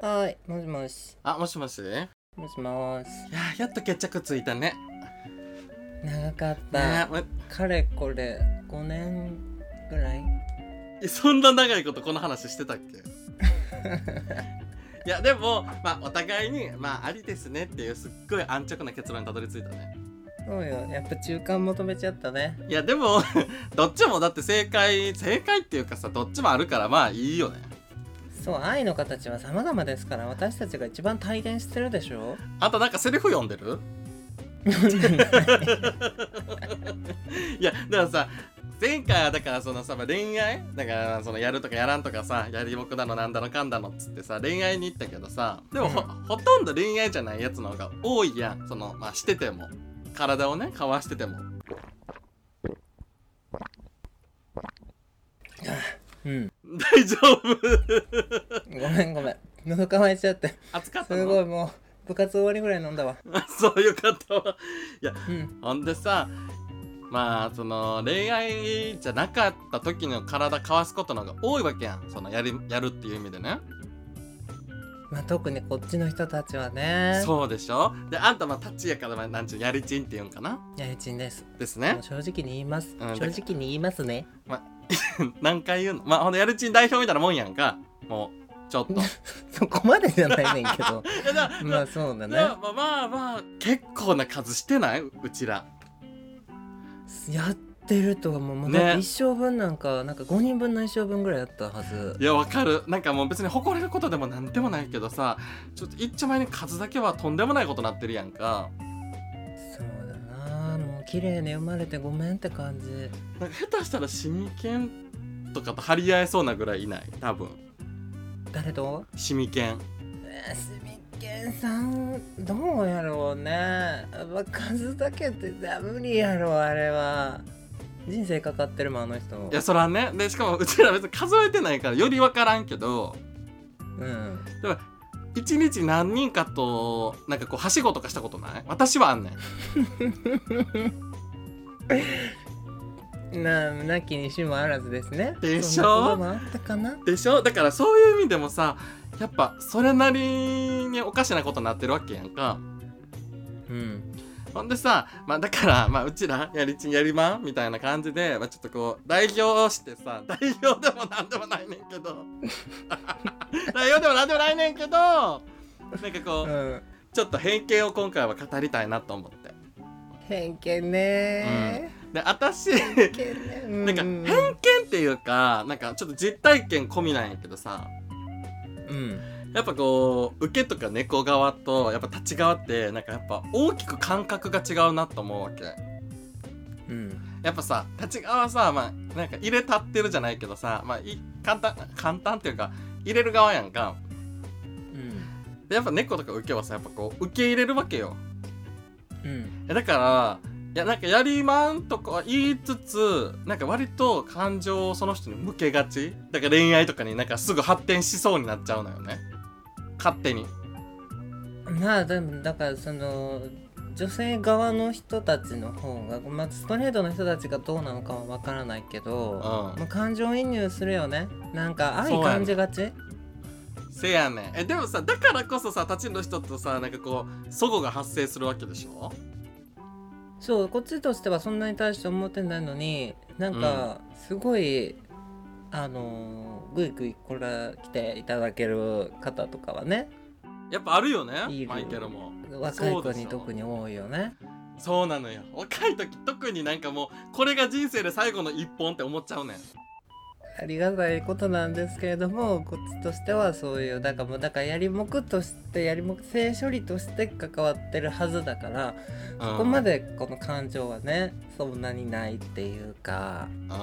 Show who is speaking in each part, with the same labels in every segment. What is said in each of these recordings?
Speaker 1: はい、もしもし。
Speaker 2: あもしもしいや
Speaker 1: もしもし。
Speaker 2: ーやっと決着ついたね
Speaker 1: 長かった。
Speaker 2: ねま
Speaker 1: かれこれ、5年ぐらい
Speaker 2: えそんな長いことこの話してたっ けいやでも、まあ、お互いに、まあ、ありですねっていうすっごい安直な結論にたどり着いたね
Speaker 1: そうよ。やっぱ中間求めちゃったね。
Speaker 2: いやでも どっちもだって正解正解っていうかさどっちもあるからまあいいよね
Speaker 1: そう、愛の形は様々ですから、私たちが一番体現してるでしょ
Speaker 2: あとなんかセリフ読ん でるいやだからさ前回はだからそのさまあ恋愛だからそのやるとかやらんとかさやりぼくだのなんだのかんだのっつってさ恋愛に行ったけどさでもほ,、
Speaker 1: うん
Speaker 2: ほとんど恋愛じゃないやつの方が多いやんそのまあしてても体をねかわしてても
Speaker 1: うん。
Speaker 2: 大丈夫
Speaker 1: ごめんごめん。喉乾いちゃって。
Speaker 2: 暑かったの
Speaker 1: すごいもう、部活終わりぐらい飲んだわ。
Speaker 2: あ そうよかったわ
Speaker 1: うん。
Speaker 2: ほんでさまあその恋愛じゃなかった時の体かわすことの方が多いわけやんそのやりやるっていう意味でね
Speaker 1: まあ、特にこっちの人たちはね。
Speaker 2: そうでしょであんたまあタッチやからまあなんちゅうやりちんって言うんかない
Speaker 1: や、一員です。
Speaker 2: です
Speaker 1: も
Speaker 2: ね
Speaker 1: う正直に言います。
Speaker 2: うん
Speaker 1: 正直に言いますね。
Speaker 2: 何回言うのまあほんでやりちん代表みたいなもんやんかもうちょっ とい
Speaker 1: そこまでじゃないねんけ ど。
Speaker 2: やだ
Speaker 1: まあ、そうだ
Speaker 2: だ
Speaker 1: ね。
Speaker 2: だまあまあまあ結構な数してないうちら
Speaker 1: やってるとはもう、もう
Speaker 2: ね
Speaker 1: だって一生分なんかなんか5人分の一生分ぐらいあったはず
Speaker 2: いやわかるなんかもう別に誇れることでもなんでもないけどさちょっと一丁前に数だけはとんでもないことなってるやんか
Speaker 1: そうだなもう綺麗に生まれてごめんって感じ
Speaker 2: なんか下手したらシミケンとかと張り合えそうなぐらいいない多分
Speaker 1: 誰と
Speaker 2: シミケン
Speaker 1: えーすみっけんさんどうやろうねやっぱ数だけって無理やろあれは人生かかってるもんあの人
Speaker 2: いやそらねでしかもうちら別に数えてないからより分からんけど
Speaker 1: うん
Speaker 2: 一日何人かとなんかこうはしごとかしたことない私はあんねん
Speaker 1: ななきにしもあらずですね
Speaker 2: でしょ
Speaker 1: そんなこともあったかな
Speaker 2: でしょだからそういう意味でもさやっぱそれなりにおかしなことになってるわけやんか
Speaker 1: うん
Speaker 2: ほんでさ、まあ、だから、まあ、うちらやりちんやりまんみたいな感じで、まあ、ちょっとこう代表してさ 代表でもなんでもないねんけど 代表でもなんでもないねんけどなんかこ
Speaker 1: う
Speaker 2: うんちょっと偏見を今回は語りたいなと思って
Speaker 1: 偏見ね
Speaker 2: で私
Speaker 1: ー、偏見ね
Speaker 2: なんか
Speaker 1: う
Speaker 2: 偏見っていうかなんかちょっと実体験込みなんやけどさ
Speaker 1: うん
Speaker 2: やっぱこう受けとか猫側とやっぱ立ち側ってなんかやっぱ大きく感覚が違うなと思うわけ
Speaker 1: うん
Speaker 2: やっぱさ立ち側はさまあなんか入れ立ってるじゃないけどさまあい簡単簡単っていうか入れる側やんか
Speaker 1: うん
Speaker 2: でやっぱ猫とか受けはさやっぱこう受け入れるわけよ
Speaker 1: うん、
Speaker 2: だからいやなんかやりまんとかは言いつつなんか割と感情をその人に向けがちだから恋愛とかになんかすぐ発展しそうになっちゃうのよね勝手に
Speaker 1: まあでもだからその女性側の人たちの方が、まあ、ストレートの人たちがどうなのかは分からないけど、
Speaker 2: うん
Speaker 1: もう感情移入するよねなんか愛
Speaker 2: そうやね
Speaker 1: 感じがち
Speaker 2: せやねんえでもさだからこそさ立ちの人とさなんかこう齟齬が発生するわけでしょ
Speaker 1: そうこっちとしてはそんなに対して思ってないのになんかすごい、あのぐいぐいこれ来ていただける方とかはね
Speaker 2: やっぱあるよね
Speaker 1: いる
Speaker 2: マイケルも
Speaker 1: 若い
Speaker 2: そ
Speaker 1: 子
Speaker 2: うでし
Speaker 1: に
Speaker 2: ょ
Speaker 1: 特に多いよね
Speaker 2: そうなのよ若い時特になんかもうこれが人生で最後の一本って思っちゃうねん
Speaker 1: ありがたいことなんですけれどもこっちとしてはそういうだからもうだからやりもくとしてやりもく性処理として関わってるはずだから、そこま
Speaker 2: で
Speaker 1: でこの感情はねそんなにないっていうか
Speaker 2: うんうんうんうん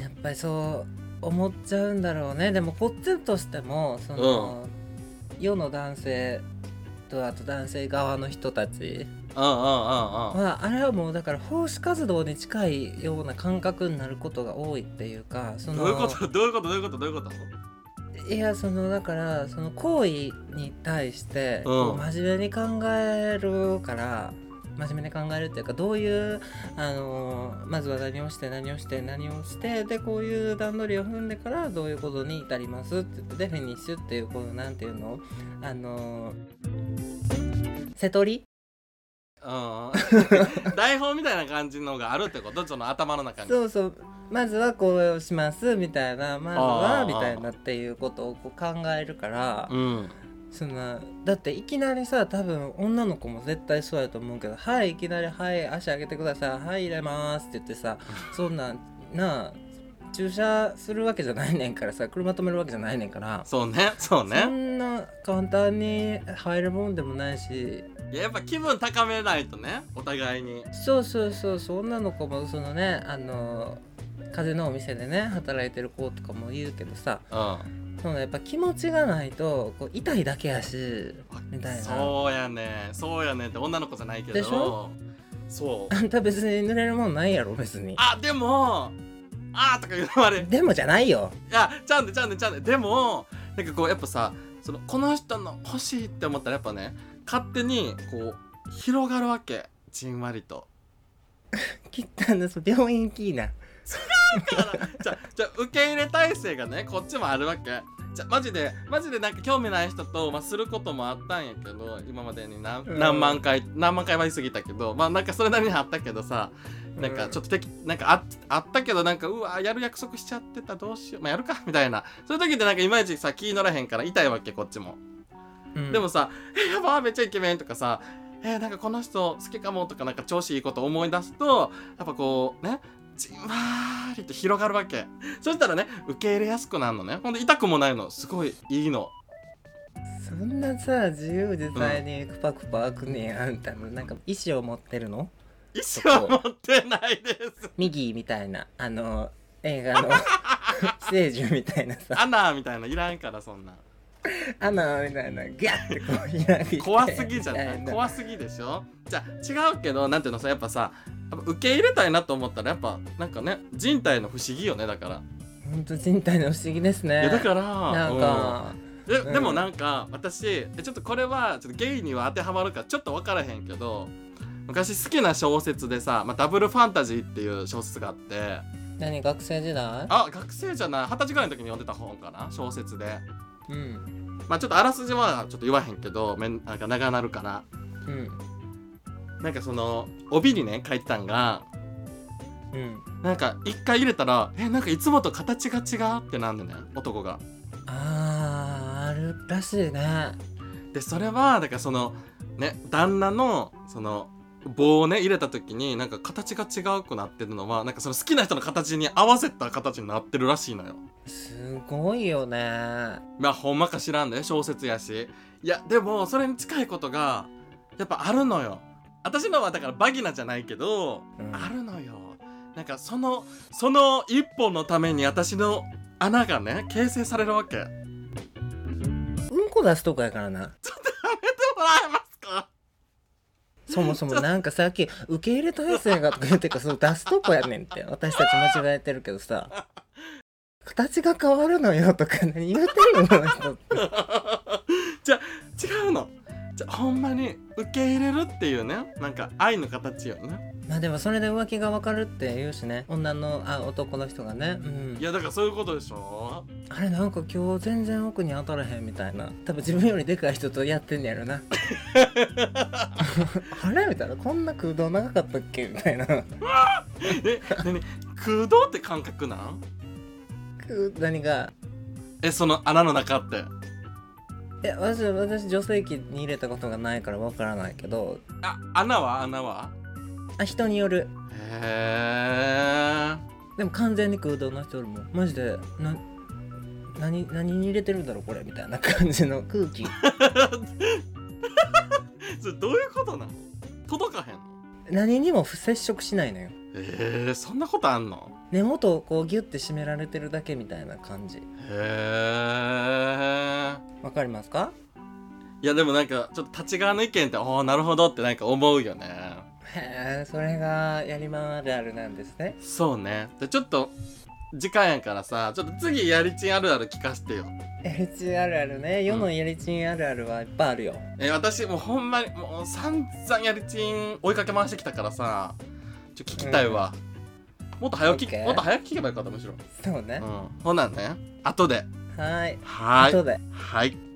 Speaker 1: やっぱりそう思っちゃうんだろうねでもこっちとしてもその、世の男性とあと男性側の人たち
Speaker 2: うんうんうんうん
Speaker 1: まあ、あれはもうだから奉仕活動に近いような感覚になることが多いっていうかその
Speaker 2: どういうことどういうことどういうことどういうこと
Speaker 1: いやそのだからその行為に対して、
Speaker 2: うん
Speaker 1: こう真面目に考えるから真面目に考えるっていうかどういう、あのーまずは何をして何をして何をしてでこういう段取りを踏んでからどういうことに至りますって言ってでフィニッシュっていうこのなんていうのあのー瀬取り
Speaker 2: うん、 台本みたいな感じのがあるってことその頭の中に
Speaker 1: そうそうまずはこうしますみたいなまず
Speaker 2: あ
Speaker 1: は
Speaker 2: ー
Speaker 1: みたいなっていうことをこう考えるから
Speaker 2: うん
Speaker 1: そのだっていきなりさ多分女の子も絶対そうやと思うけど「はいいきなりはい足上げてくださいはい入れます」って言ってさそんなんなあ駐車するわけじゃないねんからさ車止めるわけじゃないねんから、
Speaker 2: そうねそう
Speaker 1: そ
Speaker 2: ね
Speaker 1: んな簡単に入るもんでもないし
Speaker 2: いややっぱ気分高めないとねお互いに
Speaker 1: そうそうそうそう女の子もそのねあの風のお店でね働いてる子とかも言うけどさ
Speaker 2: うん
Speaker 1: そのやっぱ気持ちがないとこう痛いだけやしみたいな
Speaker 2: そうやねそうやねって女の子じゃないけど
Speaker 1: でしょ
Speaker 2: そう
Speaker 1: あんた別に濡れるもんないやろ別に
Speaker 2: あでもあーとか言うのあれ
Speaker 1: でもじゃないよ
Speaker 2: いやちゃうんでちゃうんでちゃうんででもなんかこうやっぱさそのこの人の欲しいって思ったらやっぱね勝手にこう広がるわけじんわりと。
Speaker 1: 切ったんです病院キーな
Speaker 2: だからじゃあじゃあ受け入れ体制がねこっちもあるわけじゃあマジでマジでなんか興味ない人と、まあ、することもあったんやけど今までに何,、
Speaker 1: うん
Speaker 2: 何万回何万回は言い過ぎたけどまあなんかそれなりにあったけどさなんかちょっとてきなんかああったけどなんかうわやる約束しちゃってたどうしよう、まあ、やるかみたいなそういう時ってなんかいまいちさ気乗らへんから痛いわけこっちも。
Speaker 1: うん
Speaker 2: でもさ 「えやばめっちゃイケメン」とかさ「えなんかこの人好きかも」とかなんか調子いいこと思い出すとやっぱこうねじんわりと広がるわけそしたらね受け入れやすくなるのねほんで痛くもないのすごいいいの
Speaker 1: そんなさ自由自在にクパクパ開くねんあんたのなんか意思を持ってるの
Speaker 2: 意思は持ってない です
Speaker 1: 右みたいなあの映画 のステージみたいなさ
Speaker 2: アナーみたいないらんからそんな
Speaker 1: アナみたいなギャッてこう開 いて
Speaker 2: 怖すぎじゃない
Speaker 1: みた
Speaker 2: 怖すぎでしょじゃあ違うけどなんていうのさやっぱさやっぱ受け入れたいなと思ったらやっぱなんかね人体の不思議よねだから、
Speaker 1: ほんと人体の不思議ですね
Speaker 2: いやだから
Speaker 1: なん
Speaker 2: うん
Speaker 1: か、
Speaker 2: で
Speaker 1: うん
Speaker 2: でもなんか私えちょっとこれはちょっとゲイには当てはまるかちょっと分からへんけど昔好きな小説でさ「まあ、ダブルファンタジー」っていう小説があって
Speaker 1: 何学生時代
Speaker 2: あ学生じゃない二十歳ぐらいの時に読んでた本かな小説で
Speaker 1: うん
Speaker 2: まあちょっとあらすじはちょっと言わへんけどめんなんか長なるから
Speaker 1: うん
Speaker 2: なんかその帯にね書いてたんが
Speaker 1: うん
Speaker 2: なんか一回入れたら「えなんかいつもと形が違う」ってなんでね男が。
Speaker 1: あーあるらしいね
Speaker 2: でそれはだからそのね旦那のその棒をね入れた時になんか形が違うくなってるのはなんかその好きな人の形に合わせた形になってるらしいのよ。
Speaker 1: すごいよね
Speaker 2: まあほんまか知らんで、小説やし。いやでもそれに近いことがやっぱあるのよ。私のはだからバギナじゃないけど、
Speaker 1: うん
Speaker 2: あるのよ。なんかそのその一本のために私の穴がね形成されるわけ。やめて
Speaker 1: うんこ出すとこやからな
Speaker 2: もらえますか
Speaker 1: そもそ もなんかさっき受け入れ体制がとか言ってるからその出すとこやねんって私たち間違えてるけどさ形が変わるのよとか何言うてるのこの人って
Speaker 2: じゃあ違うのじゃあほんまに受け入れるっていうねなんか愛の形よね
Speaker 1: まあでもそれで浮気がわかるって言うしね女のあ男の人がねうん
Speaker 2: いやだからそういうことでしょ
Speaker 1: あれなんか今日全然奥に当たらへんみたいな多分自分よりでかい人とやってんねやろ なあれみたいなこんな空洞長かったっけみたいな
Speaker 2: え何空洞って感覚なん
Speaker 1: 空何が
Speaker 2: えその穴の中って
Speaker 1: え私私女性器に入れたことがないからわからないけど
Speaker 2: あ穴は穴は
Speaker 1: あ人による
Speaker 2: へえ
Speaker 1: でも完全に空洞の人よりもマジでな何何に入れてるんだろうこれみたいな感じの空気
Speaker 2: それどういうことなの届かへんの
Speaker 1: 何にも不接触しないのよ
Speaker 2: えー、そんなことあんの
Speaker 1: 根元をこうギュッて締められてるだけみたいな感じ
Speaker 2: へえ
Speaker 1: わかりますか
Speaker 2: いやでもなんかちょっと立ち側の意見っておーなるほどってなんか思うよね
Speaker 1: へえそれがやりまんあるあるなんですね
Speaker 2: そうねでちょっと時間やからさちょっと次やりちんあるある聞かしてよ
Speaker 1: やりちんあるあるね世のやりちんあるあるはいっぱいあるよ、
Speaker 2: えー私もうほんまにもう散々やりちん追いかけ回してきたからさちょっと聞きたいわ、もっと早く聞き
Speaker 1: OK
Speaker 2: もっと早く聞けばよかったむしろ
Speaker 1: そうね
Speaker 2: う、んほなんね後で
Speaker 1: はーい
Speaker 2: はーい
Speaker 1: 後で
Speaker 2: はい